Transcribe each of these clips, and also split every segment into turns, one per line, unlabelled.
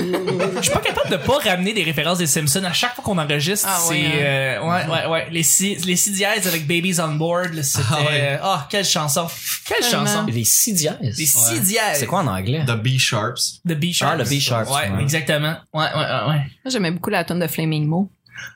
Je suis pas capable de pas ramener des références des Simpsons à chaque fois qu'on enregistre.
Ah,
c'est
ouais,
euh,
hein.
ouais, ouais, ouais. les si les six dièses avec Babies on Board, là, c'était ah,
Ah, ouais.
quelle chanson, quelle
Tellement.
chanson.
Les six dièses.
Les
Ouais.
six dièses.
C'est quoi en anglais?
The B-Sharps.
The B sharp.
Ah, le B sharp,
Ouais,
ouais.
exactement. Ouais, ouais, ouais, ouais.
Moi, j'aimais beaucoup la tonne de Flaming Mo.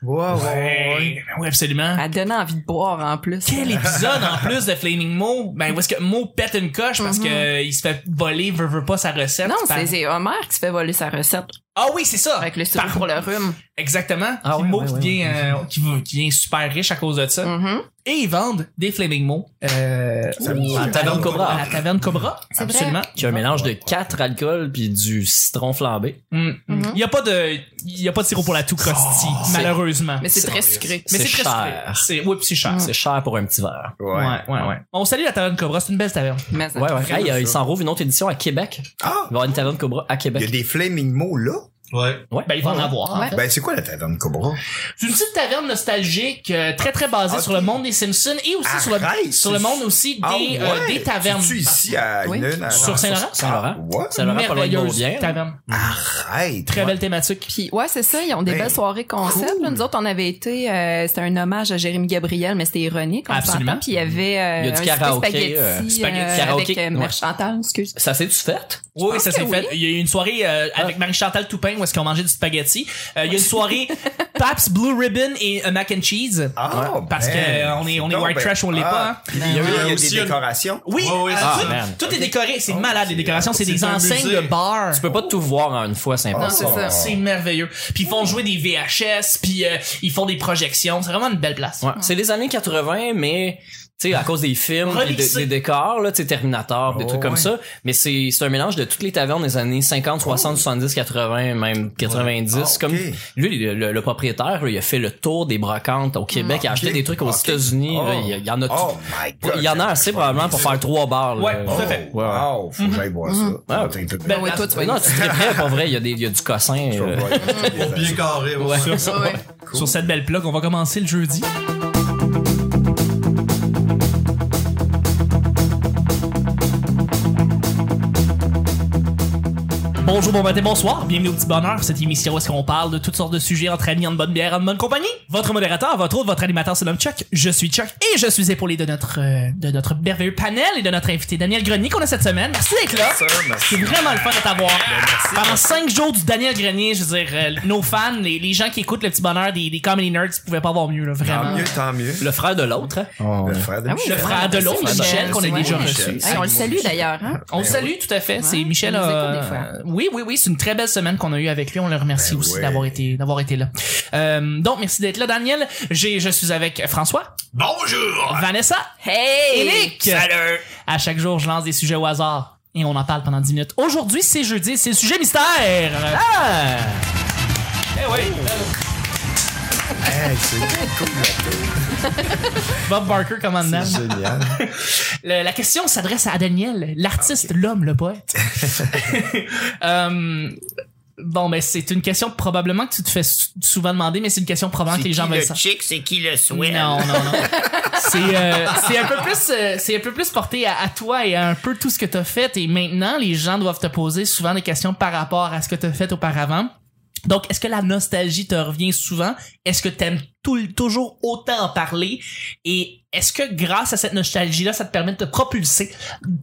Oh,
Wow.
Ouais, ben oui, absolument.
Elle donnait envie de boire en plus.
Quel épisode en plus de Flaming Mo? Ben, où est-ce que Mo pète une coche parce que il se fait voler, veut, veut pas sa recette.
Mhm. Non,
par-
c'est c'est Homer qui se fait voler sa recette
Ah oui, c'est ça.
avec le sirop
Par-
pour le rhume.
Exactement.
Ah
Puis
ouais,
Mo
ouais,
qui,
ouais,
devient, euh, qui, va- qui devient super riche à cause de ça.
Mhm.
Et ils vendent des Flaming Mo. Euh,
Oui.
à la taverne
Oui.
Cobra.
Cobra.
À la taverne Cobra.
C'est vrai.
Absolument.
Qui a un mélange de quatre alcools puis du citron flambé.
Mm.
Mhm.
Il y a pas de, il y a pas de sirop pour la tout crusty,
Oh, c'est-
malheureusement.
Mais c'est très sucré.
Mais
c'est
très
cher.
sucré. C'est, oui, puis c'est cher.
C'est cher pour un petit verre.
Mm.
Ouais, ouais, ouais, On salue la taverne Cobra, c'est une belle taverne.
Mais ça-
Ouais, ouais.
Très
Hey,
bien
euh, il
sûr.
s'en rouvre une autre édition à Québec. Il
Ah!
va y avoir une taverne Cobra à
Il y a
Québec.
des flaming mots là?
Ouais.
Ouais.
Ben, il va en avoir. en
Ouais.
fait.
Ben, c'est quoi la taverne Cobra?
C'est une petite taverne nostalgique, euh, très très basée
Ok.
sur le monde des Simpsons et aussi sur le,
Arrête,
sur le
c'est-
monde aussi des,
Ah
euh,
ouais?
des tavernes.
Tu ici à
Oui.
Lune, à-
Sur Saint-Laurent?
Saint-Laurent.
Ouais?
Saint-Laurent, pas loin de
Merveilleuse
Beaubien.
taverne.
Arrête!
Très
Ouais.
belle thématique.
Puis ouais, c'est ça, ils ont des
Ben,
belles soirées concept.
cool.
là. Nous autres, on avait été, euh, c'était un hommage à Jérémy Gabriel, mais c'était ironique, on
Absolument.
s'entend. Puis il y avait euh,
Il y a du
un
karaoké,
spaghetti,
euh,
spaghetti
euh,
karaoké,
avec euh,
ouais.
Mère Chantal, excuse.
Ça s'est-tu fait?
Oui, ça
que
s'est
oui. Ah.
fait. Il y a eu une soirée euh, avec Marie-Chantal Toupin où est-ce qu'on mangeait du spaghetti. Euh, il y a une soirée Paps Blue Ribbon et un mac and cheese.
Ah,
Ouais, parce
ben,
que euh, on est on est
donc,
white
ben,
trash, on l'est
ah,
pas. hein.
Il y a,
Il y a
il y a
aussi
des
une-
décorations.
Oui,
Ouais, ouais,
euh,
ah,
tout,
man.
tout est décoré, c'est
Oh,
malade les
c'est-
décorations, c'est
c'est
des
un
enseignes
musée.
de bar.
Tu peux pas tout voir en une fois, c'est
Non,
Ah,
impossible.
c'est ça.
C'est merveilleux. Puis ils font jouer des VHS, puis euh, ils font des projections. C'est vraiment une belle place.
Ouais. C'est les années 80, mais tu sais, à cause des films, pis de-
Relixé.
des décors, là, tu sais, Terminator, des
Oh,
trucs comme
ouais. Oh.
ça. Mais c'est c'est un mélange de toutes les tavernes des années 50, 60, 70, 80, même 90.
Ah, ok.
Comme lui, le, le- le propriétaire, là, il a fait le tour des brocantes au Québec, il a acheté
Ah, ok.
des trucs aux
Ok.
États-Unis. là,
Oh.
Il y a- il y en a
Oh
tout-
my god!
Il y en a assez probablement pour faire trois bars. là.
Ouais,
Oh,
tout à fait.
wow, faut que j'aille voir ça. Attends, tout-
Ben,
Ouais, toi, tu vas y
Non, c'est très prêt, pour vrai, il y a, des, il y a du cossin.
Oh. Je vais
euh.
voir.
Bien carré, ouais.
Sur,
Ouais.
sur cette belle plug, on va commencer le jeudi. Bonjour, bon matin, bonsoir. Bienvenue au petit bonheur pour cette émission où est-ce qu'on parle de toutes sortes de sujets entre amis, en bonne bière, en bonne compagnie. Votre modérateur, votre autre, votre animateur se nomme Chuck. Je suis Chuck et je suis épaulé de notre euh, de notre merveilleux panel et de notre invité Daniel Grenier qu'on a cette semaine. Merci d'être là.
Sir, merci.
Ah, C'est vraiment le fun de t'avoir.
Ben,
Pendant cinq jours du Daniel Grenier, je veux dire, euh, nos fans, les, les gens qui écoutent le petit bonheur des, des comedy nerds, ils pouvaient pas avoir mieux, là,
Tant
vraiment.
mieux, tant mieux.
Le frère de l'autre. hein.
Le frère de
Ah oui,
Le
Michel.
frère de l'autre,
Michel,
Michel, qu'on a
c'est
déjà
vrai,
reçu.
Michel.
Hey, on le salue d'ailleurs. Hein?
Ben
On le salue tout à fait. c'est
Ouais,
Michel.
on nous
euh,
écoute des fois.
oui, oui, oui. C'est une très belle semaine qu'on a eue avec lui. On le remercie
Ben
aussi
ouais.
d'avoir été d'avoir été là. Euh, donc merci d'être là, Daniel. J'ai je suis avec François,
Bonjour!
Ah.
Vanessa et
Hey!
Nick. À chaque jour, je lance des sujets au hasard et on en parle pendant 10 minutes. Aujourd'hui, c'est jeudi, c'est le sujet mystère.
Ah!
Eh oui.
Oh. Hey, c'est cool,
Bob Barker commandant.
c'est génial.
Le- la question s'adresse à Daniel, l'artiste, l'homme, le poète. Euh, bon, ben c'est une question probablement que tu te fais sou- souvent demander, mais c'est une question probablement que les gens veulent
le
savoir.
chick, c'est qui le swell?
Non, non, non. C'est euh, c'est un peu plus euh, c'est un peu plus porté à, à toi et à un peu tout ce que t'as fait et maintenant les gens doivent te poser souvent des questions par rapport à ce que t'as fait auparavant. Donc est-ce que la nostalgie te revient souvent Est-ce que t'aimes tout, toujours autant en parler Et est-ce que grâce à cette nostalgie là ça te permet de te propulser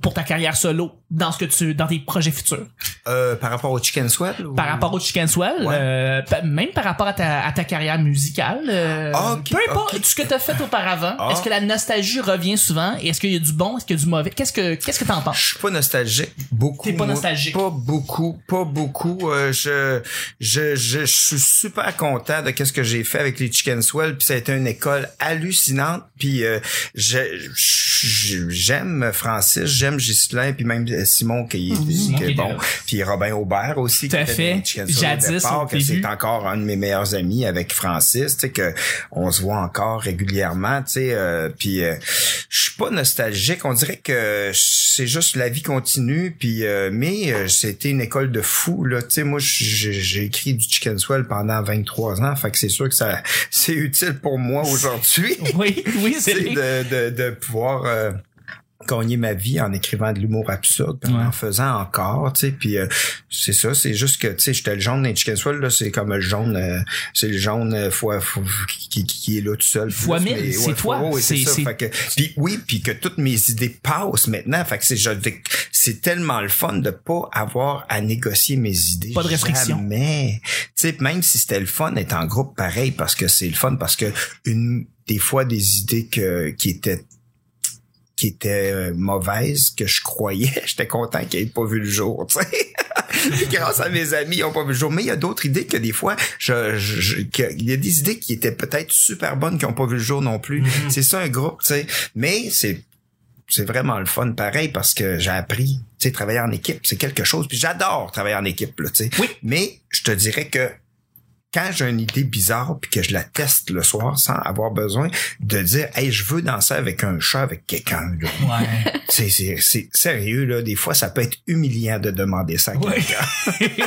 pour ta carrière solo dans ce que tu dans tes projets futurs
Euh, par rapport au chicken sweat? ou-
Par rapport au Chicken Swell,
Ouais.
euh, pa- même par rapport à ta, à ta carrière musicale, euh,
Ok,
peu importe ce que t'as fait auparavant,
Ah.
est-ce que la nostalgie revient souvent et est-ce qu'il y a du bon, est-ce qu'il y a du mauvais Qu'est-ce que qu'est-ce que t'en
Je
penses
suis pas nostalgique. Beaucoup.
T'es pas
moi,
nostalgique.
Pas beaucoup, pas beaucoup. Euh, je, je, je, je suis super content de qu'est-ce que j'ai fait avec les Chicken Swell. Puis ça a été une école hallucinante. Puis euh, je- je- j'aime Francis, j'aime Ghislain, puis même Simon qui, est-
Simon
qui
qui
est
est
bon.
là.
Puis Robin Aubert aussi.
Tout à
qui était
fait.
dans les Chicken Swell au
Jadis,
départ,
au
que
début.
c'est encore un de mes meilleurs amis avec Francis, tu sais que on se voit encore régulièrement, tu sais euh, puis euh, je suis pas nostalgique, on dirait que c'est juste la vie continue puis euh, mais euh, c'était une école de fou là, tu sais moi j'ai j'ai écrit du chicken swell pendant 23 ans, fait que c'est sûr que ça c'est utile pour moi aujourd'hui.
Oui, oui, c'est
C'est de, de, de pouvoir euh, gagné ma vie en écrivant de l'humour absurde, puis en
Ouais.
en faisant encore, tu sais, puis euh, c'est ça, c'est juste que, tu sais, j'étais le jaune des Chickenswell, là, c'est comme le jaune, euh, c'est le jaune euh, fois, fois- qui, qui- qui est là tout seul.
Fois
Plus,
mille,
mais,
c'est toi,
fois- ouais, c'est
c'est-
ça,
c'est-
fait que, puis oui, puis que toutes mes idées passent maintenant, fait que c'est, je dis que c'est tellement le fun de pas avoir à négocier mes idées.
Pas de restriction.
Jamais. Tu sais, même si c'était le fun d'être en groupe, pareil, parce que c'est le fun, parce que une, des fois, des idées que, qui étaient qui était euh, mauvaise que je croyais. J'étais content qu'elle ait pas vu le jour, tu sais. Grâce à mes amis, ils ont pas vu le jour. Mais il y a d'autres idées que des fois, je, je- je- que- il y a des idées qui étaient peut-être super bonnes qui ont pas vu le jour non plus. C'est ça un groupe, tu sais. Mais c'est c'est vraiment le fun pareil parce que j'ai appris, tu sais, travailler en équipe, c'est quelque chose. Puis j'adore travailler en équipe, là, tu sais.
Oui.
Mais je te dirais que quand j'ai une idée bizarre puis que je la teste le soir sans avoir besoin de dire hey je veux danser avec un chat avec quelqu'un là.
Ouais.
c'est c'est c'est sérieux là des fois ça peut être humiliant de demander ça à
Ouais.
quelqu'un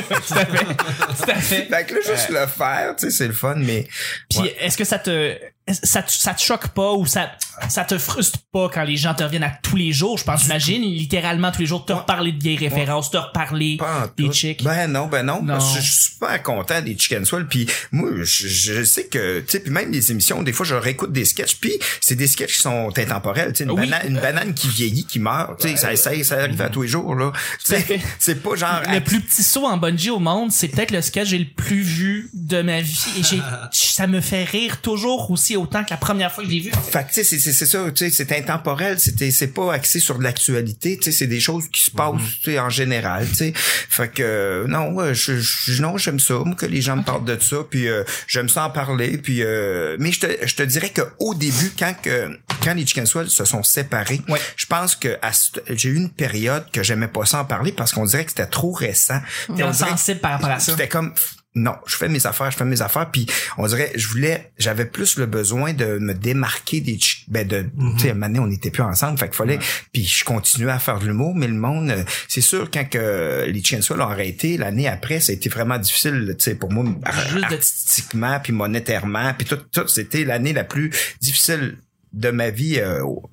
Tout à fait. Tout à fait. Euh.
fait que là juste le faire tu sais c'est le fun mais
Puis est-ce que ça te ça, te ça te choque pas ou ça ça te frustre pas quand les gens te reviennent à tous les jours je pense j'imagine littéralement tous les jours te reparler de vieilles références te reparler
pas en tout.
des chicks
Ben non, ben non.
Non.
parce que je suis super content des Chicken Swell. Puis moi, je, je sais que, tu sais, puis même les émissions, des fois, je réécoute des sketchs. Puis c'est des sketchs qui sont intemporels. Tu sais, une,
Oui.
banane, une banane qui vieillit, qui meurt. Tu sais, ça, ça, ça arrive à tous les jours, là. Tu sais, c'est pas genre...
le plus petit saut en bungee au monde c'est peut-être le sketch que j'ai le plus vu de ma vie et j'ai ça me fait rire toujours aussi autant que la première fois que je l'ai vu
Fait que, tu sais, c'est- c'est c'est ça, tu sais, c'est intemporel, c'était c'est pas axé sur de l'actualité, tu sais, c'est des choses qui se passent, tu sais, en général, tu sais. Fait que euh, non, euh, je, je- non, j'aime ça, moi, que les gens me parlent de ça, puis euh, j'aime ça en parler, puis euh, mais je te, je te dirais que au début quand que quand les Chicken Swell se sont séparés,
Ouais.
je pense que à cette- j'ai eu une période que j'aimais pas ça en parler parce qu'on dirait que c'était trop récent.
t'es
On dirait que
insensible par rapport à ça
c'était comme non, je fais mes affaires, je fais mes affaires, puis on dirait, je voulais, j'avais plus le besoin de me démarquer des, chi- ben de,
Mhm.
tu sais, à un moment donné, on n'était plus ensemble, fait qu'il fallait, puis je continuais à faire de l'humour, mais le monde, euh, c'est sûr quand que les Chainsaw l'ont arrêté, l'année après, ça a été vraiment difficile, tu sais, pour moi, ar-
Juste de-
artistiquement, puis monétairement, puis tout, tout, c'était l'année la plus difficile de ma vie. euh, au-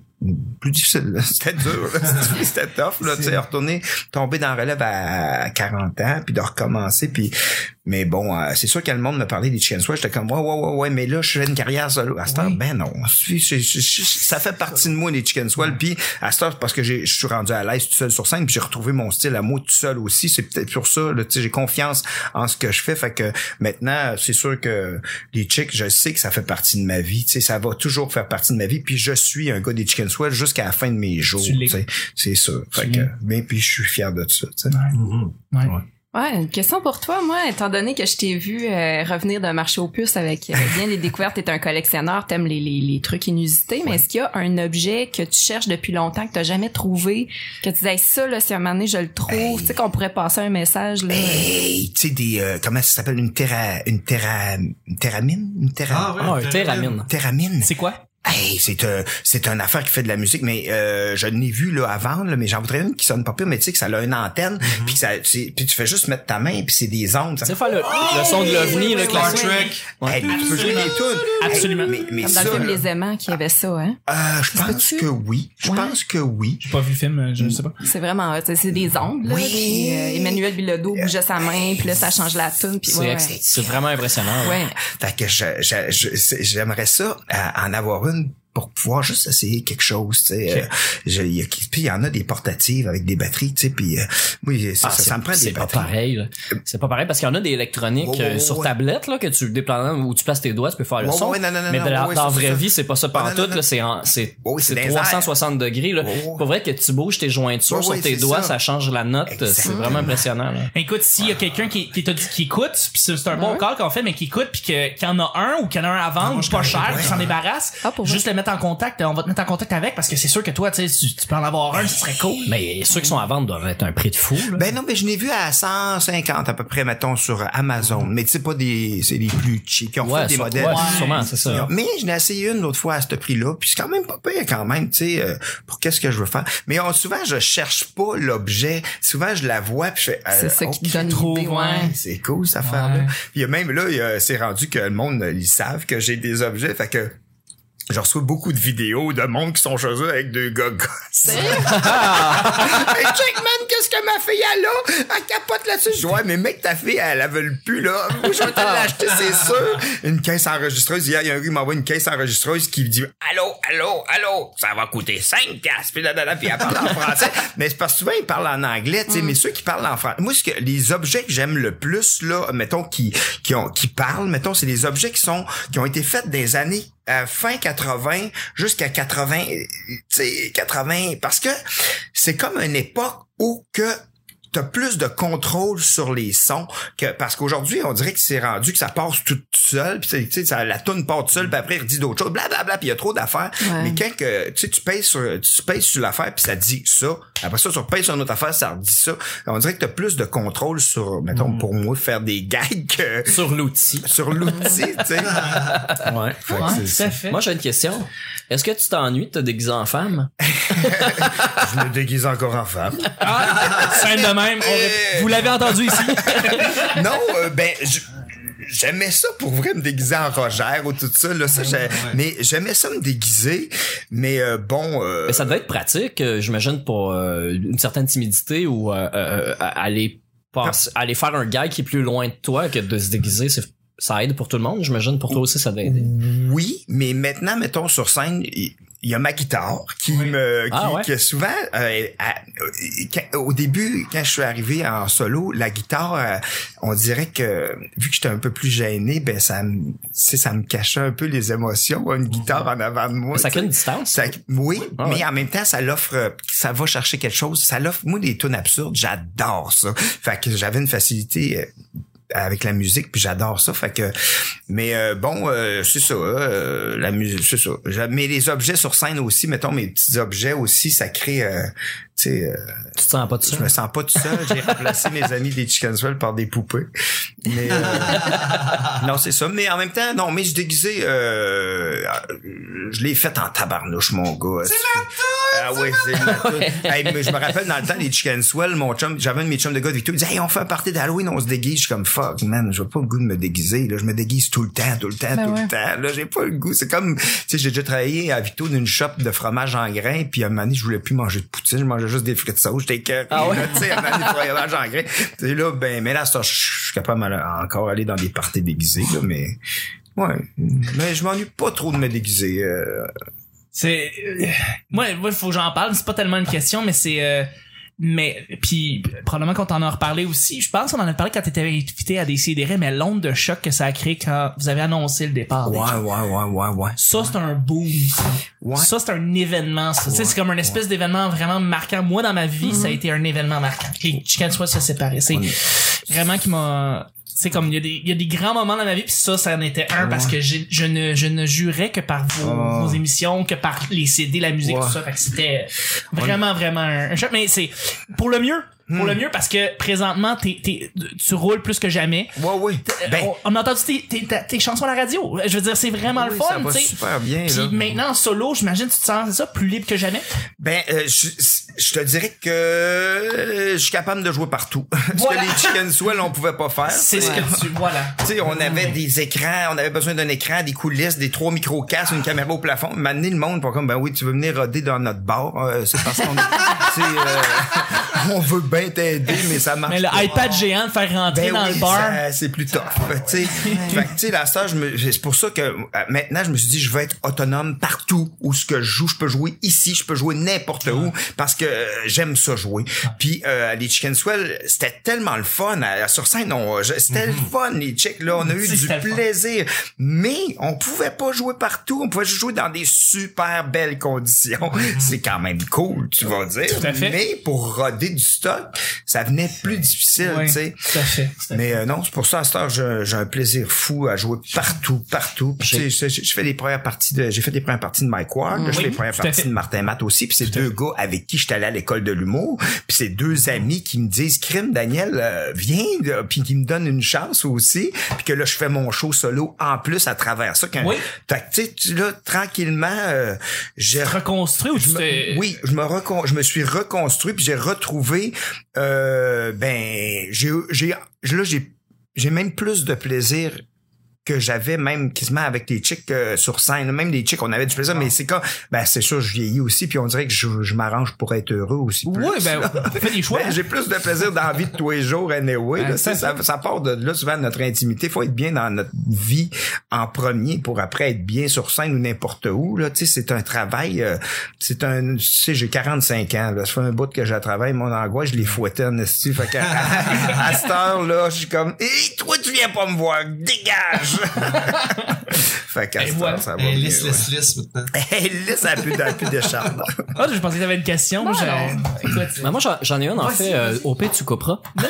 plus difficile, là. c'était dur, là. C'était- c'était tough, là, tu sais, retourner, tomber dans la relève à, à 40 ans, puis de recommencer, puis mais bon, euh, c'est sûr que le monde me parlait des Chickenswell, j'étais comme ouais ouais ouais ouais, mais là je fais une carrière solo. À ce temps, ben non, Si, je- je- je- ça fait partie de moi les Chickenswell, puis à ce temps parce que j'ai- je suis rendu à l'aise tout seul sur scène, puis j'ai retrouvé mon style à moi tout seul aussi, c'est peut-être pour ça, là, tu sais, j'ai confiance en ce que je fais, fait que maintenant c'est sûr que les chicks, je sais que ça fait partie de ma vie, tu sais, ça va toujours faire partie de ma vie, puis je suis un gars des Chickenswell jusqu'à la fin de mes jours,
Tu l'es.
tu sais. c'est sûr. Fait
Tu
que,
l'es.
mais puis je suis fier de ça, tu sais.
Ouais.
Ouais, une question pour toi, moi, étant donné que je t'ai vu euh, revenir d'un marché aux puces avec euh, bien des découvertes, t'es un collectionneur, t'aimes les, les, les trucs inusités, mais est-ce qu'il y a un objet que tu cherches depuis longtemps, que t'as jamais trouvé, que tu disais Hey, ça, là, si à un moment donné je le trouve, tu sais qu'on pourrait passer un message, là.
Hey, tu sais des euh, comment ça s'appelle une terra une terra une terramine une terra
Ah, un
une
théramine.
terramine.
c'est quoi
Hey, c'est un c'est une affaire qui fait de la musique mais euh, je n'ai vu là avant là, mais j'en voudrais une qui sonne pas pire mais tu sais que ça a une antenne
Mm-hmm.
puis que ça tu sais, puis tu fais juste mettre ta main puis c'est des ondes.
Tu
ça- Oh!
sais faire le, le son de l'OVNI, le
Star
classique.
Trek.
Hey, tu peux jouer des tunes.
Absolument.
Hey, mais mais
Comme dans
ça
le film
là,
Les aimants qui avait ça, hein.
euh, je pense
peut-tu?
que oui. Je
Ouais.
pense que oui.
j'ai pas vu le film euh, je sais pas
C'est vraiment hot, c'est des ondes, là.
Oui.
Puis, euh, Emmanuel Bilodeau bougeait sa main, puis là, ça change la tune, puis
C'est
ouais.
ex- c'est vraiment impressionnant.
Ouais.
ouais.
ouais.
Fait que je- je- je- c'est- j'aimerais ça à- en avoir une pour pouvoir juste essayer quelque chose, tu sais.
Ok.
Euh, je- il y a qui- puis il y en a des portatives avec des batteries, tu sais. Puis euh, oui, ça,
Ah,
ça,
c'est-
ça me prend des
C'est pas
batteries.
pareil. là. C'est pas pareil parce qu'il y en a des électroniques
Ouais, ouais,
euh,
ouais,
sur
ouais.
tablette là que tu déplaces où tu places tes doigts, tu peux faire le
Ouais,
son.
ouais, non, non, non,
mais
non,
dans,
ouais,
dans
ça,
la vraie
ça.
vie, c'est pas ça
Ouais, non,
pantoute
non,
là, c'est en- c'est
Ouais, ouais, c'est
c'est
dans les
360 degrés là.
Ouais, ouais.
Pour vrai que tu bouges tes jointures
Ouais,
sur
ouais,
tes
c'est
doigts,
ça.
ça. change la note, c'est
Exactement.
vraiment impressionnant là.
Ben, Écoute, s'il y a quelqu'un qui, qui t'a dit qui écoute, puis c'est c'est un bon
Ouais.
call qu'on fait, mais qui écoute, puis que- qu'il y en a un ou qu'il y en a un à vendre, ou pas cher, qui s'en débarrasse,
Ah, pour
juste le mettre en contact, on va te mettre en contact avec, parce que c'est sûr que toi, tu sais, tu tu peux en avoir un, ce serait cool.
Mais ceux qui sont à vendre doivent être un prix de fou là.
Ben non, mais je l'ai vu à 150 à peu près, mettons, sur Amazon. Mais tu sais, pas des... C'est les plus cheap. Ils ont
Oh. ouais,
fait des
sur-
modèles.
ouais, sûrement, c'est ça.
Mais je l'ai essayé une l'autre fois à ce prix-là, puis c'est quand même pas pire quand même, tu sais, euh, pour qu'est-ce que je veux faire. Mais on, souvent, je cherche pas l'objet. Souvent, je la vois, puis je fais... euh,
C'est ça qui
ok,
te donne
trop
l'idée,
loin.
ouais.
C'est cool, cette affaire-là.
Ouais.
Puis il y a même là, il y a- c'est rendu que le monde, ils savent que j'ai des objets. Fait que je reçois beaucoup de vidéos de monde qui sont chez eux avec deux gars gosses. Hey, check, man, qu'est-ce que ma fille elle a Elle capote là-dessus. Je dis, ouais, mais mec, ta fille, elle, la veut plus, là. Moi, je vais te l'acheter, c'est sûr. Une caisse enregistreuse. Hier, il y a un gars qui m'envoie une caisse enregistreuse qui me dit, allô, allô, allô, ça va coûter 5 casse. Puis là, là, là, puis elle parle en français. Mais c'est parce que souvent, ils parlent en anglais, tu sais, mais ceux qui parlent en français. Moi, ce que, les objets que j'aime le plus, là, mettons, qui, qui ont, qui parlent, mettons, c'est les objets qui sont, qui ont été faits des années euh, fin 80 jusqu'à 80, tu sais, 80, parce que c'est comme une époque où que t'as plus de contrôle sur les sons que parce qu'aujourd'hui on dirait que c'est rendu que ça passe tout seul puis tu sais ça- la tune part tout seul puis après il redit d'autres choses blablabla bla, puis il y a trop d'affaires
Ouais.
mais quand que tu sais tu payes sur tu payes sur l'affaire puis ça dit ça après ça tu payes sur une autre affaire ça redit ça on dirait que t'as plus de contrôle sur mettons pour moi faire des gags que
Sur l'outil.
sur l'outil tu sais
Ouais.
Fait que
Ouais,
c'est
tout
ça.
à fait.
Moi, j'ai une question. Est-ce que tu t'ennuies de te déguiser en femme?
je me déguise encore en femme
Ah, scène de même. on ré- Vous l'avez entendu ici.
non, euh, ben, je- J'aimais ça pour vrai me déguiser en Rogère ou tout ça là ça j'ai- mais j'aimais ça me déguiser mais euh, bon euh,
Mais ça devait être pratique, euh, j'imagine, pour euh, une certaine timidité ou euh, euh, euh, aller, passer-
Ah.
aller faire un gars qui est plus loin de toi que de se déguiser. c'est- Ça aide pour tout le monde, j'imagine. Pour toi aussi, ça devait aider.
oui mais maintenant mettons sur scène il il y a ma guitare qui me qui,
Ah ouais?
que souvent euh, à- euh, quand- au début quand je suis arrivé en solo la guitare euh, on dirait que vu que j'étais un peu plus gêné ben ça me tu sais, ça me cachait un peu les émotions une guitare en avant de moi
Ça
tu sais.
crée une distance.
Ça- oui,
Ah ouais.
mais en même temps, ça l'offre, euh, ça va chercher quelque chose. Ça l'offre, moi, des tunes absurdes, j'adore ça. Fait que j'avais une facilité euh, avec la musique, puis j'adore ça. Fait que, mais euh, bon, euh, c'est ça, euh, la musique, c'est ça. J'a- Mais les objets sur scène aussi, mettons mes petits objets aussi, ça crée, euh, tu sais, euh,
Tu te sens pas de ça.
je me sens pas tout seul. J'ai remplacé mes amis des Chickenswell par des poupées. Mais euh, non, c'est ça. Mais en même temps, non, mais je déguisé, euh, je l'ai fait en tabarnouche, mon gars. C'est ah oui, c'est ma toune. Hey, mais je me rappelle dans le temps des Chicken Swell, mon chum, j'avais un de mes chums de gars de Victo, il disait Hey, on fait un party d'Halloween, on se déguise. Je suis comme fuck, man, je pas le goût de me déguiser. Là, je me déguise tout le temps, tout le temps,
Ben
tout
ouais.
le temps. Là, j'ai pas le goût. C'est comme tu sais, j'ai déjà travaillé à Victo d'une shop de fromage en grains, puis à un moment donné, je voulais plus manger de poutine, je mangeais juste des frites sauce, j'étais écoeuré,
Ah ouais?
là, Tu sais, à un moment donné, du fromage en grains. Tu sais, là, ben, mais là, ça, je suis capable d'aller- encore aller dans des parties déguisées, là, mais. Ouais, mais je m'ennuie pas trop de me déguiser. euh,
C'est euh, moi, moi, faut que j'en parle. C'est pas tellement une question, mais c'est euh, mais puis probablement qu'on t'en a reparlé aussi. Je pense qu'on en a parlé quand t'étais invité à décider, mais l'onde de choc que ça a créé quand vous avez annoncé le départ. des
Ouais,
gens.
ouais, ouais, ouais, ouais.
Ça c'est un boom. ça.
Ouais.
Ça c'est un événement. Ça, Tu sais, c'est comme une espèce d'événement vraiment marquant. Moi dans ma vie, ça a été un événement marquant. Et Chicken soit se séparer, c'est vraiment qui m'a c'est comme il y a des il y a des grands moments dans ma vie puis ça ça en était un parce que j'ai- je ne je ne jurais que par vos,
Ah.
vos émissions que par les CD la musique
Ouais.
tout ça fait que c'était vraiment vraiment un, un choc mais c'est pour le mieux pour
Hmm.
le mieux parce que présentement t'es t'es- tu roules plus que jamais
Ouais, ouais. Ben,
on, on a entendu tes, tes, ta- tes chansons à la radio je veux dire c'est vraiment
oui,
le fun
ça va
tu sais.
super bien.
puis
là.
maintenant en solo j'imagine tu te sens c'est ça plus libre que jamais
Ben, euh, je, je te dirais que euh, je suis capable de jouer partout.
Voilà.
Ce que les Chicken Swell, on pouvait pas faire.
c'est Hmm. ce que tu voilà
Tu sais, on avait des écrans, on avait besoin d'un écran, des coulisses, des trois micro-casques, une caméra au plafond. M'amener le monde pour comme, ben oui, tu veux venir roder dans notre bar. euh, c'est parce qu'on est- tu sais, euh, on veut bien t'aider, mais ça marche
mais le
pas.
iPad géant de faire rentrer
Ben
dans
oui,
le bar
ça, c'est plus tough. tu sais. Fait que, tu sais, la star, je me- c'est pour ça que euh, maintenant, je me suis dit, je vais être autonome partout où ce que je joue. Je peux jouer ici, je peux jouer n'importe où parce que euh, j'aime ça jouer. Puis euh, les Chicken Swell, c'était tellement le fun. à- sur scène, on- je- c'était le fun, les chicks. Là, on a eu
Si,
du
Mhm. c'était le fun.
plaisir. Mais on pouvait pas jouer partout. On pouvait jouer dans des super belles conditions. C'est quand même cool, tu vas dire.
à fait.
Mais pour roder du stock, ça venait plus difficile,
Ouais,
tu sais.
tout à fait, tout à fait.
Mais euh, non, c'est pour ça, à cette heure, j'ai j'ai un plaisir fou à jouer partout, partout. Puis, tu sais, je, je fais les premières parties de, j'ai fait les premières parties de Mike Ward, je fais
Oui,
les premières
tout à
parties
fait.
de Martin Matt aussi. Puis c'est deux gars avec qui j'étais allé à l'école de l'humour. Puis c'est
Mm-hmm.
deux amis qui me disent, crime Daniel, euh, viens, là. puis qui me donnent une chance aussi. Puis que là, je fais mon show solo en plus à travers ça. Quand,
Oui.
Fait que, tu sais, tu- là, tranquillement, euh, j'ai
reconstruit ou tu
je me-
t'es-
oui, je me recon- je me suis reconstruit puis j'ai retrouvé euh, ben j'ai j'ai là j'ai j'ai même plus de plaisir que j'avais même quasiment avec les chicks euh, sur scène, même des chicks, on avait du plaisir, mais c'est quand, ben c'est sûr, je vieillis aussi, puis on dirait que je, je m'arrange pour être heureux aussi. plus.
Oui, ben, on fait des choix.
Ben, j'ai plus de plaisir dans la vie de tous les jours, anyway.
Ben,
là,
c'est
ça, ça, ça part de là, souvent, de notre intimité. faut être bien dans notre vie en premier pour après être bien sur scène ou n'importe où. Là, Tu sais, c'est un travail. euh, c'est un... Tu sais, j'ai 45 ans. Là, ça fait un bout que je travaille. Mon angoisse, je les fouettais en esti. Fait qu'à à, à cette heure-là, je suis comme... Hé, toi, tu viens pas me voir. Dégage! fait qu'à
Et
cette
voilà.
heure, ça va
Eh,
mieux,
lisse,
ouais.
lisse, lisse maintenant.
Hey, lisse, elle a plus de- elle a plus de charme.
Ah, je pensais que t'avais une question.
Non,
j'ai-
non.
Écoute,
Ben, moi, j'en- j'en ai une, en
Vas-y,
fait. euh, au pire, tu couperas.
non,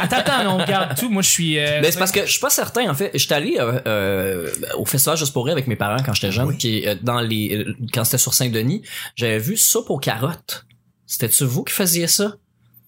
attends, attends, non, regarde tout. Moi, je suis. euh,
Ben, c'est parce que je suis pas certain, en fait. J'étais allé euh, euh, au festival Juste pour rire avec mes parents quand j'étais jeune, puis euh, dans les, euh, quand c'était sur Saint-Denis, j'avais vu Soupe aux carottes. C'était-tu vous qui faisiez ça?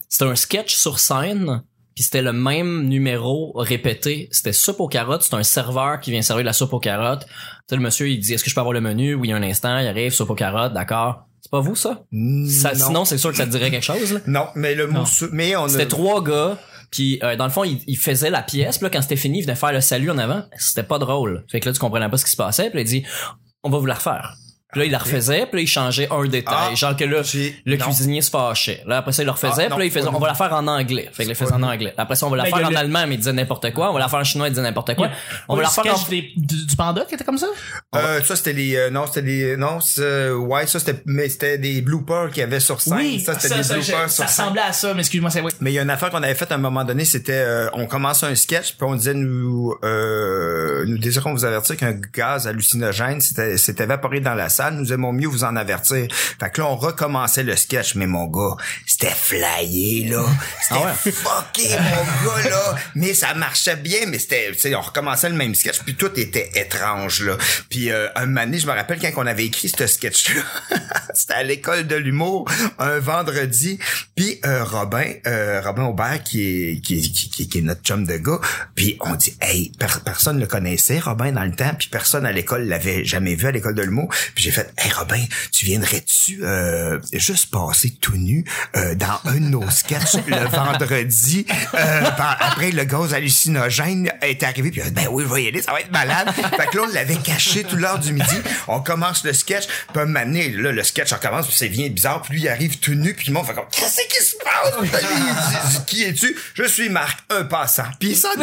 C'était un sketch sur scène, puis c'était le même numéro répété. C'était Soupe aux carottes, c'est un serveur qui vient servir de la soupe aux carottes. Tu sais, le monsieur, il dit, est-ce que je peux avoir le menu? Oui, un instant, il arrive, soupe aux carottes, d'accord. C'est pas vous, ça? ça
Non.
Sinon, c'est sûr que ça te dirait quelque chose, là.
Non, mais le
Non.
mot... sou- Mais on a...
C'était trois gars. Puis euh, dans le fond, ils, ils faisaient la pièce. Puis là, quand c'était fini, ils venaient faire le salut en avant. C'était pas drôle. Fait que là, tu comprenais pas ce qui se passait. Puis là, il dit, on va vous la refaire. Puis là, il la refaisait. Puis là, il changeait un détail.
Ah,
genre que là,
j'ai-
le
non.
cuisinier se fâchait. Là, après ça, il le refaisait.
Ah, non,
puis là, il faisait,
pas
on va la faire en anglais. Fait que là, il faisait en anglais. Après ça, on va la
Mais il y
faire
a
en
le-
allemand, mais il disait n'importe quoi. On va la faire en chinois, il disait n'importe quoi.
Ouais.
On va
le
la faire en...
sketch des- du, du panda qui était comme ça? Ah.
Euh, ça c'était les euh, non c'était les non c'est, euh, ouais ça c'était mais c'était des bloopers qu'il y avait sur scène ça c'était des
ça,
bloopers
je-
sur
ça
scène
ressemblait à ça, mais excuse-moi, c'est. oui.
mais il y a une affaire qu'on avait faite à un moment donné c'était euh, on commençait un sketch puis on disait nous euh, nous désirons vous avertir qu'un gaz hallucinogène s'était s'est évaporé dans la salle nous aimons mieux vous en avertir fait que là on recommençait le sketch mais mon gars c'était flyé là
Ah
c'était fucké mon gars là mais ça marchait bien mais c'était tu sais on recommençait le même sketch puis tout était étrange là puis euh, un moment donné je me rappelle quand on avait écrit ce sketch là c'était à l'école de l'humour un vendredi puis euh, Robin euh, Robin Aubert qui est qui, est- qui, qui- qui est notre chum de gars puis on dit hey per- personne le connaissait Robin dans le temps puis personne à l'école l'avait jamais vu à l'école de l'humour puis j'ai fait hey Robin tu viendrais-tu euh, juste passer tout nu euh, dans un de nos sketchs le vendredi euh, par- après le gaz hallucinogène est arrivé puis euh, ben oui je vais y aller ça va être malade fait que là on l'avait caché tout l'heure du midi on commence le sketch puis un moment donné, là le sketch on commence puis c'est bien bizarre puis lui il arrive tout nu puis le monde fait comme qu'est-ce qui se passe Puis là, lui, il dit, qui es-tu je suis Marc un passant puis ça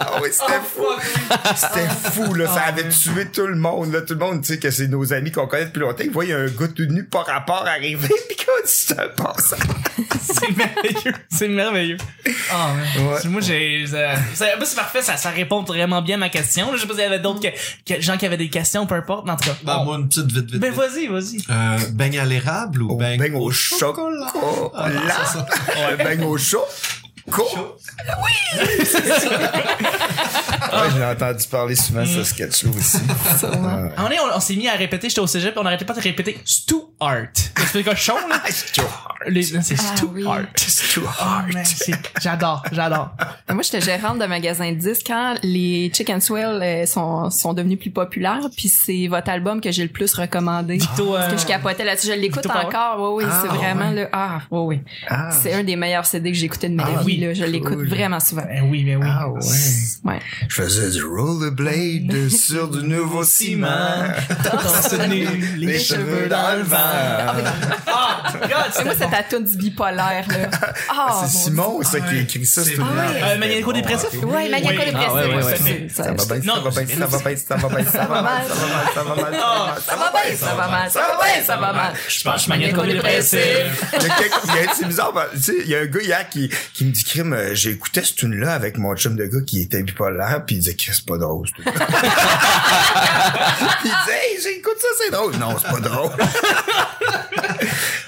Ah oui, c'était fou.
Ah.
C'était fou, là. Ça avait tué tout le monde, là. Tout le monde, tu sais, que c'est nos amis qu'on connaît depuis longtemps. Ils voient il y a un gars tout nu par rapport arriver, pis qu'on dit, c'est un passant.
C'est merveilleux. C'est merveilleux. Ah, ouais.
Ouais.
Moi, j'ai. ça- ça- moi, C'est parfait, ça, ça répond vraiment bien à ma question. là. Je sais pas s'il y avait d'autres que- que- gens qui avaient des questions, peu importe, en tout cas.
Ben,
Bah,
bon.
moi, une petite vite, vite.
Ben,
vite.
vas-y, vas-y.
Euh, beigne à l'érable ou
Au
beigne
beigne au Ah,
chocolat?
Là, un beigne au chaud. Chaud. Oui! J'ai entendu parler souvent de ce sketch-là aussi.
Ah
À un moment donné, on, on s'est mis à répéter, j'étais au cégep, on arrêtait pas de répéter Stuart. C'est quoi chaud, là?
Ah,
Les- C'est
Ah, oui.
Stuart.
It's too hard.
Man, c'est- J'adore, j'adore.
Moi, j'étais gérante de magasin de disques quand les Chicken Swell euh, sont, sont devenus plus populaires, puis c'est votre album que j'ai le plus recommandé.
Vito, euh,
Parce que je capotais là-dessus, je l'écoute
Vito Power.
encore. Oui, oui, c'est
Ah,
vraiment le ah, oui, oui.
Ah.
C'est un des meilleurs CD que j'ai écouté de ma
Ah,
vie.
oui,
là. Je l'écoute
cool.
vraiment souvent.
Ben oui, ben oui.
Ah ouais.
Ouais.
Je faisais du rollerblade sur du nouveau ciment.
Tenez
Les cheveux dans le vent.
Ah, God,
Et moi, c'est ta toune du bipolaire. Là. Ah,
C'est
mon Ah
Simon, ça, qui écrit ça.
C'est
tout le
vrai.
temps.
Euh, maniaco-dépressif?
Dieu. Ouais, maniaco dépressif.
Ah, ouais, ouais, ouais.
Ça va bien, ça
Non,
va bien, ça va bien, ça va bien, ça va mal, ça va mal, ça va mal, ça
Ça va bien, ça va mal, ça va bien, ça va mal.
Je pense que
maniaco-dépressif.
Il y a quelqu'un- il y a- C'est bizarre, ben, tu sais, il y a un gars hier qui, qui me dit, crime, euh, j'écoutais ce tune-là avec mon chum de gars qui était bipolaire, puis il disait, Chris, c'est pas drôle, ce tune-là. Puis il disait, hey, j'écoute ça, c'est drôle. Non, c'est pas drôle.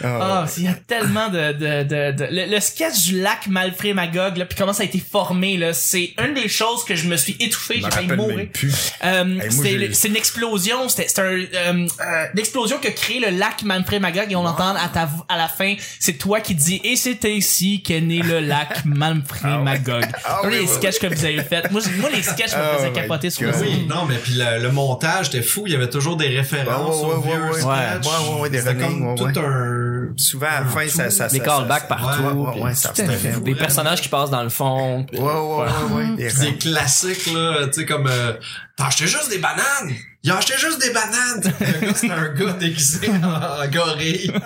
Ah, il y a tellement de, de, de, de- Le, le sketch du lac Malfré Magog, là, puis comment ça a été formé, là, c'est une des choses que je me suis étouffé,
Je
j'ai
me
failli
rappelle
mourir.
même plus.
Euh,
moi,
c'est
j'ai-
le- c'est une explosion, c'était c'est un, euh, euh, l'explosion que crée le lac Manfred Magog et
Ah.
on l'entend à ta à la fin, c'est toi qui dis et c'est ainsi qu'est né le lac Manfred Magog.
Ah
Tous
oui,
les
oui,
sketchs que vous avez fait, moi, j'ai- moi les sketchs me
Oh
faisaient
my
capoter sur
God.
les
Oui, non, mais puis le, le montage était fou. Il y avait toujours des références
Ouais, ouais,
aux
ouais,
vieux
ouais.
sketchs.
Ouais, ouais, ouais, des
C'était
running,
comme
ouais,
tout
ouais.
un...
peu. Souvent, à la fin, ça, ça,
Des
ça-
callbacks
ça-
partout,
Ouais, ouais,
puis-
ouais, ça
Tout à
se
fait.
fait.
Des personnages qui passent dans le fond.
Ouais, ouais, ouais, ouais. Des
Pis des classiques, là, tu sais, comme, euh, t'as acheté juste des bananes! Il a acheté juste des bananes! Le gars, c'est un gars déguisé en gorille.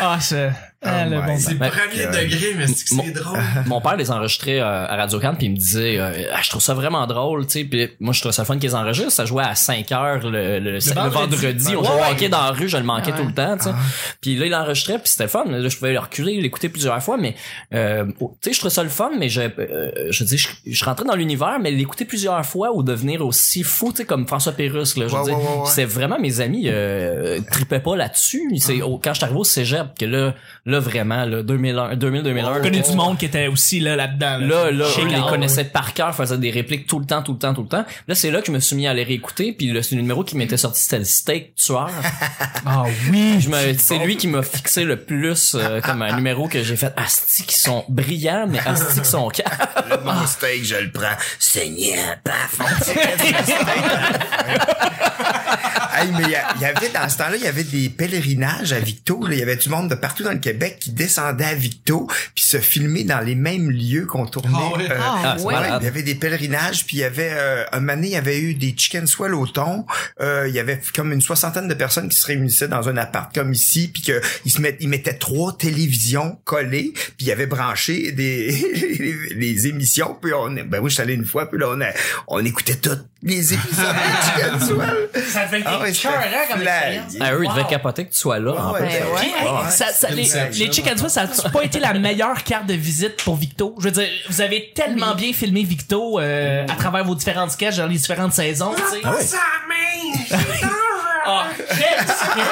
Ah, je... Ah,
Oh
le
my
bon
God.
temps.
c'est
Ben,
premier
euh,
degré, mais c'est que
mon-
c'est drôle.
Mon père les enregistrait euh, à Radio Can puis il me disait euh, Ah, je trouve ça vraiment drôle, tu sais, puis moi je trouve ça le fun qu'ils enregistrent, ça jouait à 5 heures le, le, le
vendredi.
vendredi, on
Ouais,
jouait au
ouais.
hockey dans la rue, je le manquais
Ah
tout le
ouais.
temps, tu sais. Puis là il enregistrait puis c'était le fun, là, je pouvais le reculer, l'écouter plusieurs fois mais euh, oh, tu sais je trouvais ça le fun mais je euh, je dis je, je rentrais dans l'univers mais l'écouter plusieurs fois ou devenir aussi fou, tu sais comme François Pérusse là, je
Ouais,
veux dire,
ouais, ouais, ouais.
c'est vraiment mes amis euh, tripaient pas là-dessus, c'est
Ah.
au- quand je suis arrivé au cégep que là là vraiment là 2001 2000 2001
Je connais du Oh. monde qui était aussi là, là-dedans.
Là, là,
Shake
eux, les
out.
connaissaient par cœur, faisaient des répliques tout le temps, tout le temps, tout le temps. Là, c'est là que je me suis mis à les réécouter, puis le, le numéro qui m'était sorti, c'était le steak tueur.
Ah oui.
Je me, c'est lui qui m'a fixé le plus euh, comme un numéro que j'ai fait. Asti qui sont brillants, mais asti qui sont calmes.
Le bon steak, je le prends. Seigneur, paf! hey, mais il y a- il y, avait, dans ce temps-là, il y avait des pèlerinages à Victo. là. Il y avait du monde de partout dans le Québec qui descendait à Victo puis se filmait dans les mêmes lieux qu'on tournait.
Ah ouais.
euh,
Ah,
c'est
ouais.
Ouais,
malade.
il y avait des pèlerinages, puis il y avait euh, un moment donné, il y avait eu des chicken swell au thon. Euh, il y avait comme une soixantaine de personnes qui se réunissaient dans un appart comme ici, puis que ils se met- ils mettaient trois télévisions collées, puis il y avait branché des les, les émissions. Puis on, ben oui, je suis allé une fois, puis là on, a- on écoutait toutes les épisodes de chicken swell.
Ça devait être
ouais, Ah c'était
écœurant comme
flag.
expérience.
Ah, eux, ils devaient
Wow.
capoter que tu sois là. en
Ouais,
plus.
ben
ouais.
oui.
Hey, ça- ça-
c'est
les,
Inception.
les Chicken Swiss, ça n'a pas été la meilleure carte de visite pour Victo. Je veux dire, vous avez tellement bien filmé Victo euh, à travers vos différentes sketchs dans les différentes saisons. tu sais.
ouais.
Ah, quel sketch!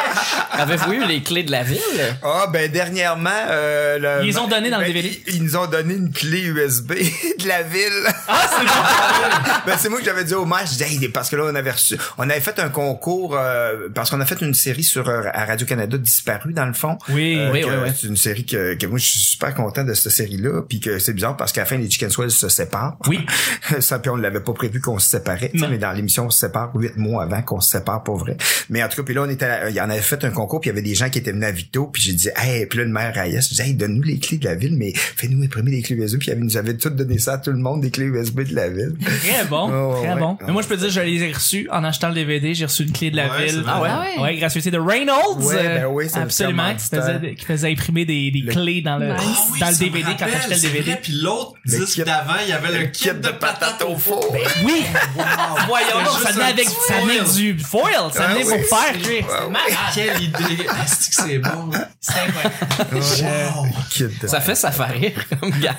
Avez-vous eu les clés de la ville?
Ah ben dernièrement, euh, le-
Ils les ont donné dans le
ben,
DVD.
Ils, ils nous ont donné une clé USB de la ville. Ah c'est bon. ben c'est moi que j'avais dit au maire, je disais, Hey, parce que là on avait reçu, on avait fait un concours euh, parce qu'on a fait une série sur euh, à Radio Canada disparue dans le fond.
Oui,
Euh,
oui,
que
oui, oui.
C'est une série que, que moi je suis super content de cette série là, puis que c'est bizarre parce qu'à la fin les Chicken Swells se séparent.
Oui.
Ça, puis on l'avait pas prévu qu'on se séparait. tu sais,
Non.
Mais dans l'émission, on se sépare huit mois avant qu'on se sépare pour vrai. Mais en tout cas, puis là, on était, à- il y en avait fait un concours, puis il y avait des gens qui étaient venus à Vito, puis j'ai dit, hey, puis là, le maire Ayas, je disais, hey, donne-nous les clés de la ville, mais fais-nous imprimer des clés USB, puis il nous avait tout donné ça à tout le monde, des clés USB de la ville.
Très bon,
Oh, ouais,
très
ouais.
bon. Mais moi, je peux dire, je les ai reçus en achetant le DVD. J'ai reçu une clé de la
Ouais, c'est
ville.
vrai.
ouais.
Ah ouais?
Ouais, gratuité de Reynolds.
Ouais,
euh,
ben oui, c'est le
absolument. Qui
commanditaire.
faisait, qui faisait imprimer des, des
Le-
clés dans le,
Ah
Ah oui,
dans le
ça me
DVD quand
rappelle,
t'achetais le
c'est
DVD.
vrai, Puis l'autre
Le
disque
kit-
d'avant, il y avait le, kit, de, patates au four.
Oui!
Wow.
Voyons,
C'était
donc,
juste
ça venait
un
avec,
petit
ça venait
foil.
du foil, ça
Ah
venait
oui.
pour faire, lui.
Ah oui.
Quelle idée! Est-ce que c'est bon?
C'est incroyable.
Wow.
Kid.
Ça fait ça fait rire comme gars.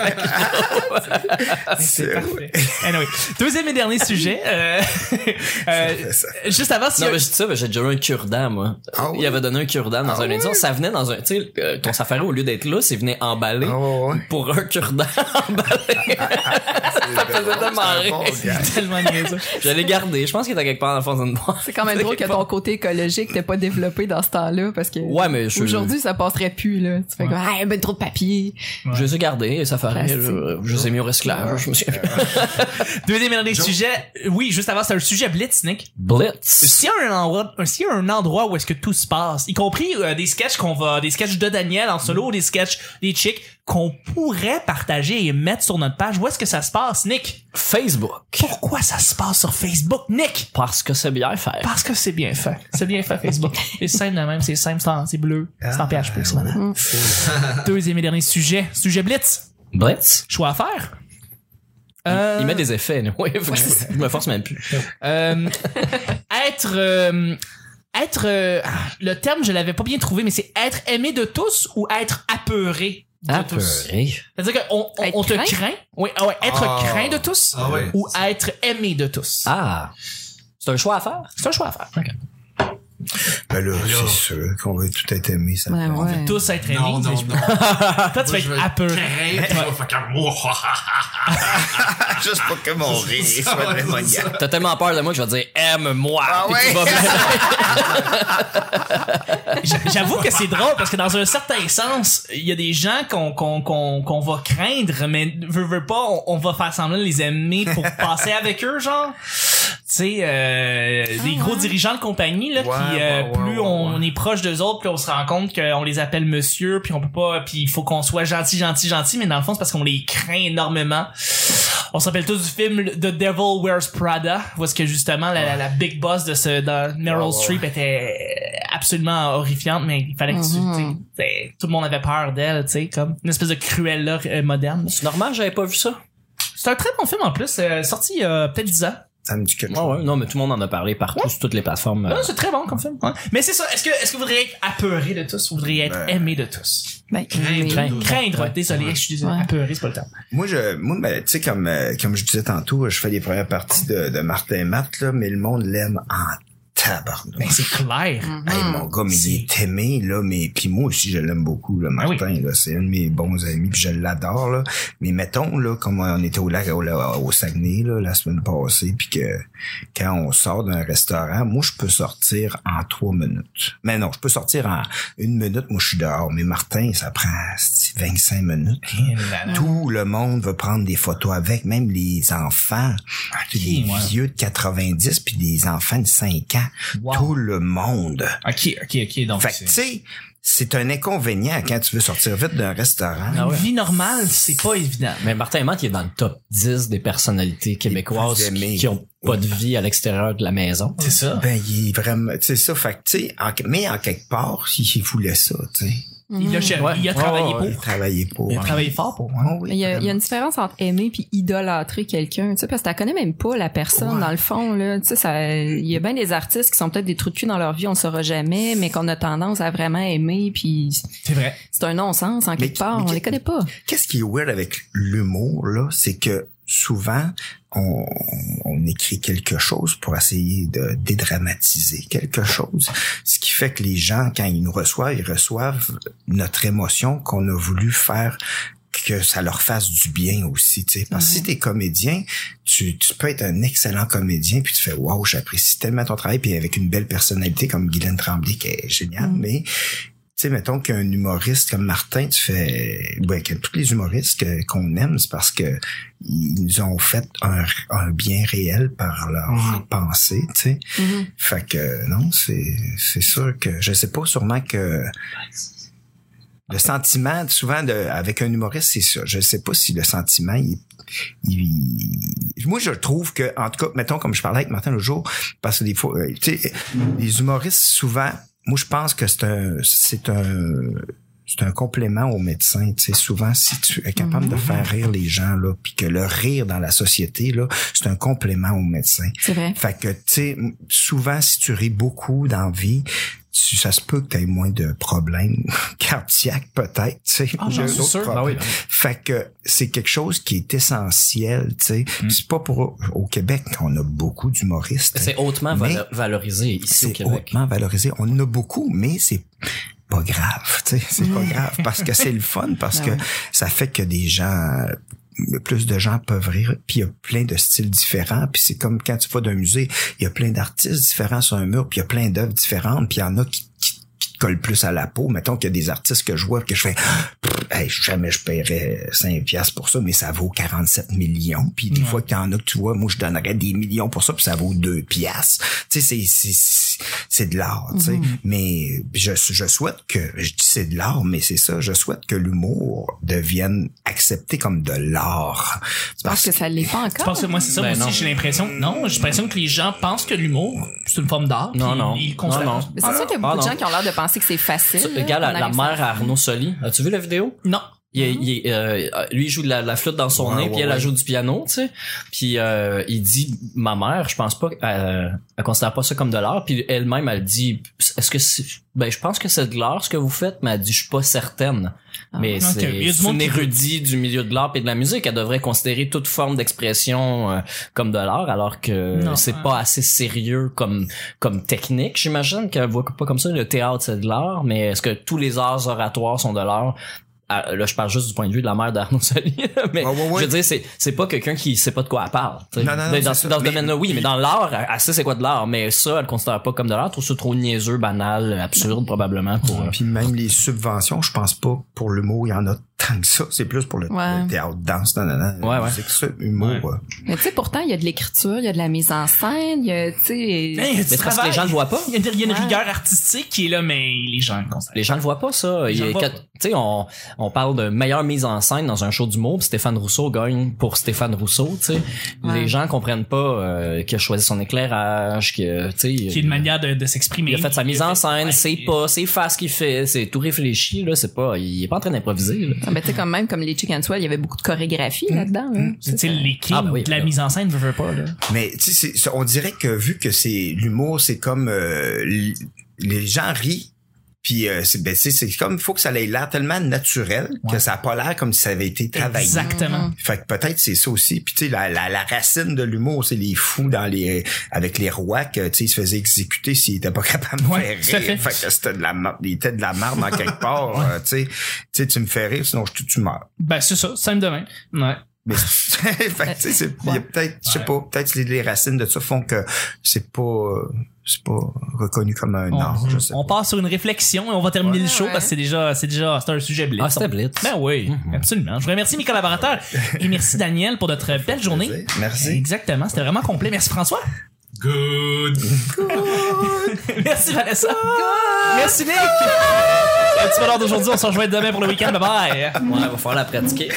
C'est-
C'est parfait. Anyway, deuxième et dernier sujet. euh, euh,
ça.
juste avant, si
Non, mais je dis ça, mais j'ai déjà eu un cure-dent, moi.
Ah oui?
Il avait donné un cure-dent dans
Ah
un
oui?
édition. Ça venait dans un, tu sais, euh, ton safari, au lieu d'être là, c'est venait emballé
Ah ouais, ouais.
pour un cure-dent emballé.
Ça
faisait tellement rire.
tellement niaiseux.
Je l'ai gardé. Je pense qu'il était quelque part dans le fond d'une boîte.
C'est quand même drôle que ton côté écologique t'es pas développé dans ce temps-là parce que
Ouais, mais je-
aujourd'hui ça passerait plus là. Tu fais comme ah ben trop de papier.
Je les ai gardés, safari.
Plastique.
Je, je les ai mis au resclave. Je me suis
Deuxième et dernier sujet. Oui, juste avant, c'est un sujet blitz, Nick.
Blitz.
S'il y a un endroit, s'il y a un endroit où est-ce que tout se passe, y compris euh, des sketchs qu'on va, des sketchs de Daniel en solo, ou des sketchs des chicks qu'on pourrait partager et mettre sur notre page, où est-ce que ça se passe, Nick?
Facebook.
Pourquoi ça se passe sur Facebook, Nick?
Parce que c'est bien faire.
Parce que c'est bien fait. C'est bien fait, Facebook. C'est simple de même, c'est simple, c'est en- c'est bleu, c'est
Ah.
en PHP, c'est malade.
Mm.
Deuxième et dernier sujet, sujet blitz.
Blitz.
Choix à faire.
Euh.
Il met des effets, nous. Ouais, faut que je, je me force même plus.
Euh, être euh, être euh, ah, le terme je l'avais pas bien trouvé mais c'est être aimé de tous ou être apeuré de
Ah,
tous. C'est-à-dire qu'on on,
Être
on te
craint?
craint, oui, ah ouais, être
Ah.
craint de tous
Ah ouais.
ou être aimé de tous.
Ah. C'est un choix à faire.
C'est un choix à faire.
Ben là, c'est sûr qu'on va tout être aimé, ça.
Ouais,
On
ouais.
Tous être aimés.
Non, non,
mais
non.
je- Toi tu vas
Moi, je
être
vais
apeuré.
craindre, je vais faire comme, Ouah.
va- Juste pour que mon rire soit démoniaque.
T'as tellement peur de moi que je vais dire aime-moi.
Ah
Puis
ouais?
tu vas me-
J'a- J'avoue que c'est drôle parce que dans un certain sens, il y a des gens qu'on qu'on qu'on qu'on va craindre, mais veut veut pas, on, on va faire semblant de les aimer pour passer avec eux, genre. sais, euh, des gros dirigeants de compagnie, là,
Ah Ouais,
qui, euh,
ouais, ouais,
plus
ouais,
on,
ouais.
on est proche d'eux autres, plus on se rend compte qu'on les appelle monsieur, puis on peut pas, puis il faut qu'on soit gentil, gentil, gentil, mais dans le fond, c'est parce qu'on les craint énormément. On s'appelle tous du film The Devil Wears Prada, où est-ce que justement la, la- la big boss de ce de Meryl
Ouais, ouais,
Streep était absolument horrifiante, mais il fallait que tu-
Mhm.
tu, sais, tout le monde avait peur d'elle, tu sais, comme une espèce de cruelle moderne.
C'est normal, j'avais pas vu ça.
C'est un très bon film en plus, euh, sorti il y a peut-être 10 ans.
Ça me dit quelque
Ouais,
chose.
ouais, non, mais tout le monde en a parlé partout, sur toutes les plateformes.
Ouais,
euh,
c'est très bon comme film. ouais. Mais c'est ça, est-ce que, est-ce que vous voudriez être apeuré de tous ou vous voudriez être
Ben,
aimé de tous?
Ben,
Crainte,
mais-
crainte.
Craindre,
Ouais.
désolé, je suis désolé,
Ouais.
apeuré, c'est pas le terme.
Moi, je, moi, ben, tu sais, comme, euh, comme je disais tantôt, je fais les premières parties de, de Martin Matt, là, mais le monde l'aime en tabarnak.
Ben,
Ah,
Mais c'est clair.
Mm.
Hey,
Hmm,
mon gars, mais il est aimé, là, mais puis moi aussi, je l'aime beaucoup, là,
Ah oui.
Martin, là, c'est un de mes bons amis, puis je l'adore, là. Mais mettons, là, comme on était au lac, au, au Saguenay, là, la semaine passée, puis que quand on sort d'un restaurant, moi, je peux sortir en trois minutes. Mais non, je peux sortir en une minute, moi, je suis dehors. Mais Martin, ça prend asti, 25 minutes. là. Tout le monde veut prendre des photos avec, même les enfants,
Ah,
Tu sais, des
ouais.
vieux de 90 puis des enfants de 5 ans.
Wow.
Tout le monde.
Ok, ok, ok, donc.
Fait que, tu sais, c'est un inconvénient quand tu veux sortir vite d'un restaurant.
Une
Ah ouais.
vie normale, c'est pas évident.
Mais Martin Matt, il est dans le top 10 des personnalités québécoises
Les plus aimées.
qui, qui ont pas de vie à l'extérieur de la maison.
C'est ça.
Ben, il est vraiment, tu sais, ça, fait que, tu sais, en- mais en quelque part, il voulait ça, tu sais.
Il
Mm.
a, cher-
Ouais.
il a travaillé
Ouais,
pour.
ouais,
Il travaillait pour.
Il a travaillé fort pour.
Ouais, oui,
Mhm. Il y, a, il y a
vraiment.
une différence entre aimer puis idolâtrer quelqu'un, tu sais, parce que tu connais même pas la personne
Ouais.
dans le fond là. Tu sais, ça, il y a bien des artistes qui sont peut-être des trous de cul dans leur vie, on le saura jamais, mais qu'on a tendance à vraiment aimer, puis
C'est vrai.
c'est un non-sens en quelque part,
mais
on
que-
les connaît pas.
Qu'est-ce qui est weird avec l'humour, là, c'est que souvent, on, on écrit quelque chose pour essayer de dédramatiser quelque chose, ce qui fait que les gens, quand ils nous reçoivent, ils reçoivent notre émotion qu'on a voulu faire que ça leur fasse du bien aussi, tu sais. Parce que si t'es comédien, tu, tu peux être un excellent comédien, puis tu fais « Wow, j'apprécie tellement ton travail », puis avec une belle personnalité comme Guylaine Tremblay, qui est géniale, mais tu sais, mettons qu'un humoriste comme Martin, tu fais, ouais, que tous les humoristes que- qu'on aime, c'est parce que ils nous ont fait un, un bien réel par leur pensée, tu sais. Fait que, non, c'est, c'est sûr que, je sais pas, sûrement que, le sentiment, souvent, de, avec un humoriste, c'est ça. Je sais pas si le sentiment, il, il- moi, je trouve que, en tout cas, mettons, comme je parlais avec Martin le jour, parce que des fois, euh, tu sais, les humoristes, souvent, moi, je pense que c'est un, c'est un, c'est un complément aux médecins. Tu sais, souvent, si tu es capable de faire rire les gens, là, puis que le rire dans la société, là, c'est un complément aux médecins.
C'est vrai.
Fait que, tu sais, m- souvent, si tu ris beaucoup dans la vie, tu- ça se peut que tu aies moins de problèmes cardiaques, peut-être, tu sais. ou
Ah, j'en
d'autres
suis sûr.
problèmes.
Ben oui.
Fait que c'est quelque chose qui est essentiel, tu
Mm.
sais. Puis C'est pas pour... Au Québec, on a beaucoup d'humoristes.
Ben, C'est hautement
Mais
valo- valorisé ici au
C'est
Québec.
hautement valorisé. On en a beaucoup, mais c'est pas grave, tu sais. C'est pas grave parce que c'est le fun, parce
Ah
Ben
que
ouais.
ça fait que des gens plus de gens peuvent rire, puis il y a plein de styles différents, puis c'est comme quand tu vas d'un musée, il y a plein d'artistes différents sur un mur, puis il y a plein d'œuvres différentes, puis il y en a qui, qui, qui te collent plus à la peau. Mettons qu'il y a des artistes que je vois que je fais hey, jamais je paierais 5 piastres pour ça, mais ça vaut 47 millions. Puis des fois, qu'il y en a que tu vois, moi, je donnerais des millions pour ça, puis ça vaut 2 piastres. Tu sais, c'est, c'est, c'est de l'art, tu sais. Mais je, je souhaite que, je dis c'est de l'art, mais c'est ça, je souhaite que l'humour devienne accepté comme de l'art.
Parce que ça l'est pas
Tu
encore.
penses que moi, c'est ça?
Ben
moi
non.
aussi, j'ai l'impression. Non, j'ai l'impression que les gens pensent que l'humour, c'est une forme d'art.
Non,
puis
non.
Ils
non,
considèrent-
non.
Mais c'est sûr qu'il y a beaucoup
Ah,
de
non.
gens qui ont l'air de penser que c'est facile.
Tu-
là,
Regarde la,
qu'on
la
arrive
mère à Arnaud Soli. As-tu vu la vidéo?
Non.
Il, est- il est, euh, lui, il joue de la, la flûte dans son
Ouais,
nez,
ouais,
puis elle, elle
ouais.
joue du piano, tu sais. Puis euh, il dit, ma mère, je pense pas, euh, elle considère pas ça comme de l'art. Puis elle-même, elle dit, est-ce que c'est... Ben, je pense que c'est de l'art ce que vous faites, mais elle dit, je suis pas certaine.
Ah.
mais
Ok. Il y a
c'est
du
c'est
monde
une
qui-
érudit du milieu de l'art et de la musique. Elle devrait considérer toute forme d'expression euh, comme de l'art, alors que
Non, Ah.
c'est
ouais.
pas assez sérieux comme comme technique. J'imagine qu'elle voit pas comme ça. Le théâtre, c'est de l'art, mais est-ce que tous les arts oratoires sont de l'art? ah, là je parle juste du point de vue de la mère d'Arnaud Soli mais
Ouais, ouais, ouais.
je veux dire c'est c'est pas quelqu'un qui sait pas de quoi elle parle tu sais.
Ah Non, non, non,
Mais dans,
c'est ça.
dans ce
Mais-
domaine-là oui mais dans l'art elle, elle sait c'est quoi de l'art mais ça elle le considère pas comme de l'art elle trouve ça trop niaiseux banal absurde probablement pour euh,
Puis même les subventions, je pense pas pour l'humour, il y en a tant que ça. C'est plus pour le,
Ouais.
le théâtre, danse, non, non, non.
Ouais, ouais.
C'est que ça, humour.
Ouais.
euh,
Mais tu sais, pourtant, il y a de l'écriture, il y a de la mise en scène, il y a, tu sais...
Hey,
mais c'est parce que les gens le voient pas
Il y a, il y a une
Ouais.
rigueur artistique qui est là, mais les gens le constatent.
les gens le voient pas ça
Les
Il
gens
y a
le voient
quatre-
pas.
tu sais on on parle de meilleure mise en scène dans un show d'humour puis Stéphane Rousseau gagne pour Stéphane Rousseau tu sais
Ouais.
les gens comprennent pas euh, qu'il a choisi son éclairage que tu sais
Qui est une manière de, de s'exprimer.
Il a fait sa mise en scène,
Ouais.
c'est pas, c'est face qu'il fait, c'est tout réfléchi là, c'est pas, il est pas en train d'improviser. là.
Ah, ben, tu sais, comme même, comme les Chicken Swell, il y avait beaucoup de chorégraphie là-dedans. là.
C'est tu sais, les kings
Ah, bah oui,
de la
là.
mise en scène, veut, veut pas, là.
Mais tu sais, c'est- on dirait que vu que c'est l'humour, c'est comme euh, l- les gens rient. Puis euh, c'est ben, c'est- c'est comme faut que ça ait l'air tellement naturel que
Ouais.
ça a pas l'air comme si ça avait été travaillé.
Exactement.
Fait que peut-être c'est ça aussi. Puis tu sais la, la, la racine de l'humour, c'est les fous dans les avec les rois que tu sais ils se faisaient exécuter s'ils étaient pas capables de
Ouais, tout à
faire rire.
fait.
Fait que c'était de la mar- il était de la marde dans quelque part, euh, tu sais. Tu sais tu me fais rire sinon je te- tu meurs.
Ben, c'est ça, simple demain. Ouais.
Mais fait que, tu sais, c'est- il y a peut-être, je sais
Ouais.
pas, peut-être les, les racines de ça font que c'est pas, euh, c'est pas reconnu comme un
On,
art, je sais
on
pas.
part sur une réflexion et on va terminer
Ouais,
le show
ouais.
parce que c'est déjà, c'est déjà, c'est un sujet blitz.
Ah, c'était blitz.
Ben oui,
Mhm.
absolument. Je vous remercie mes collaborateurs et merci Daniel pour notre belle journée.
Merci.
Exactement, c'était vraiment complet. Merci François.
Good.
Merci Vanessa. Merci Nick. C'est un petit peu l'heure d'aujourd'hui. On se rejoint demain pour le week-end. Bye bye.
Ouais, va falloir la pratiquer.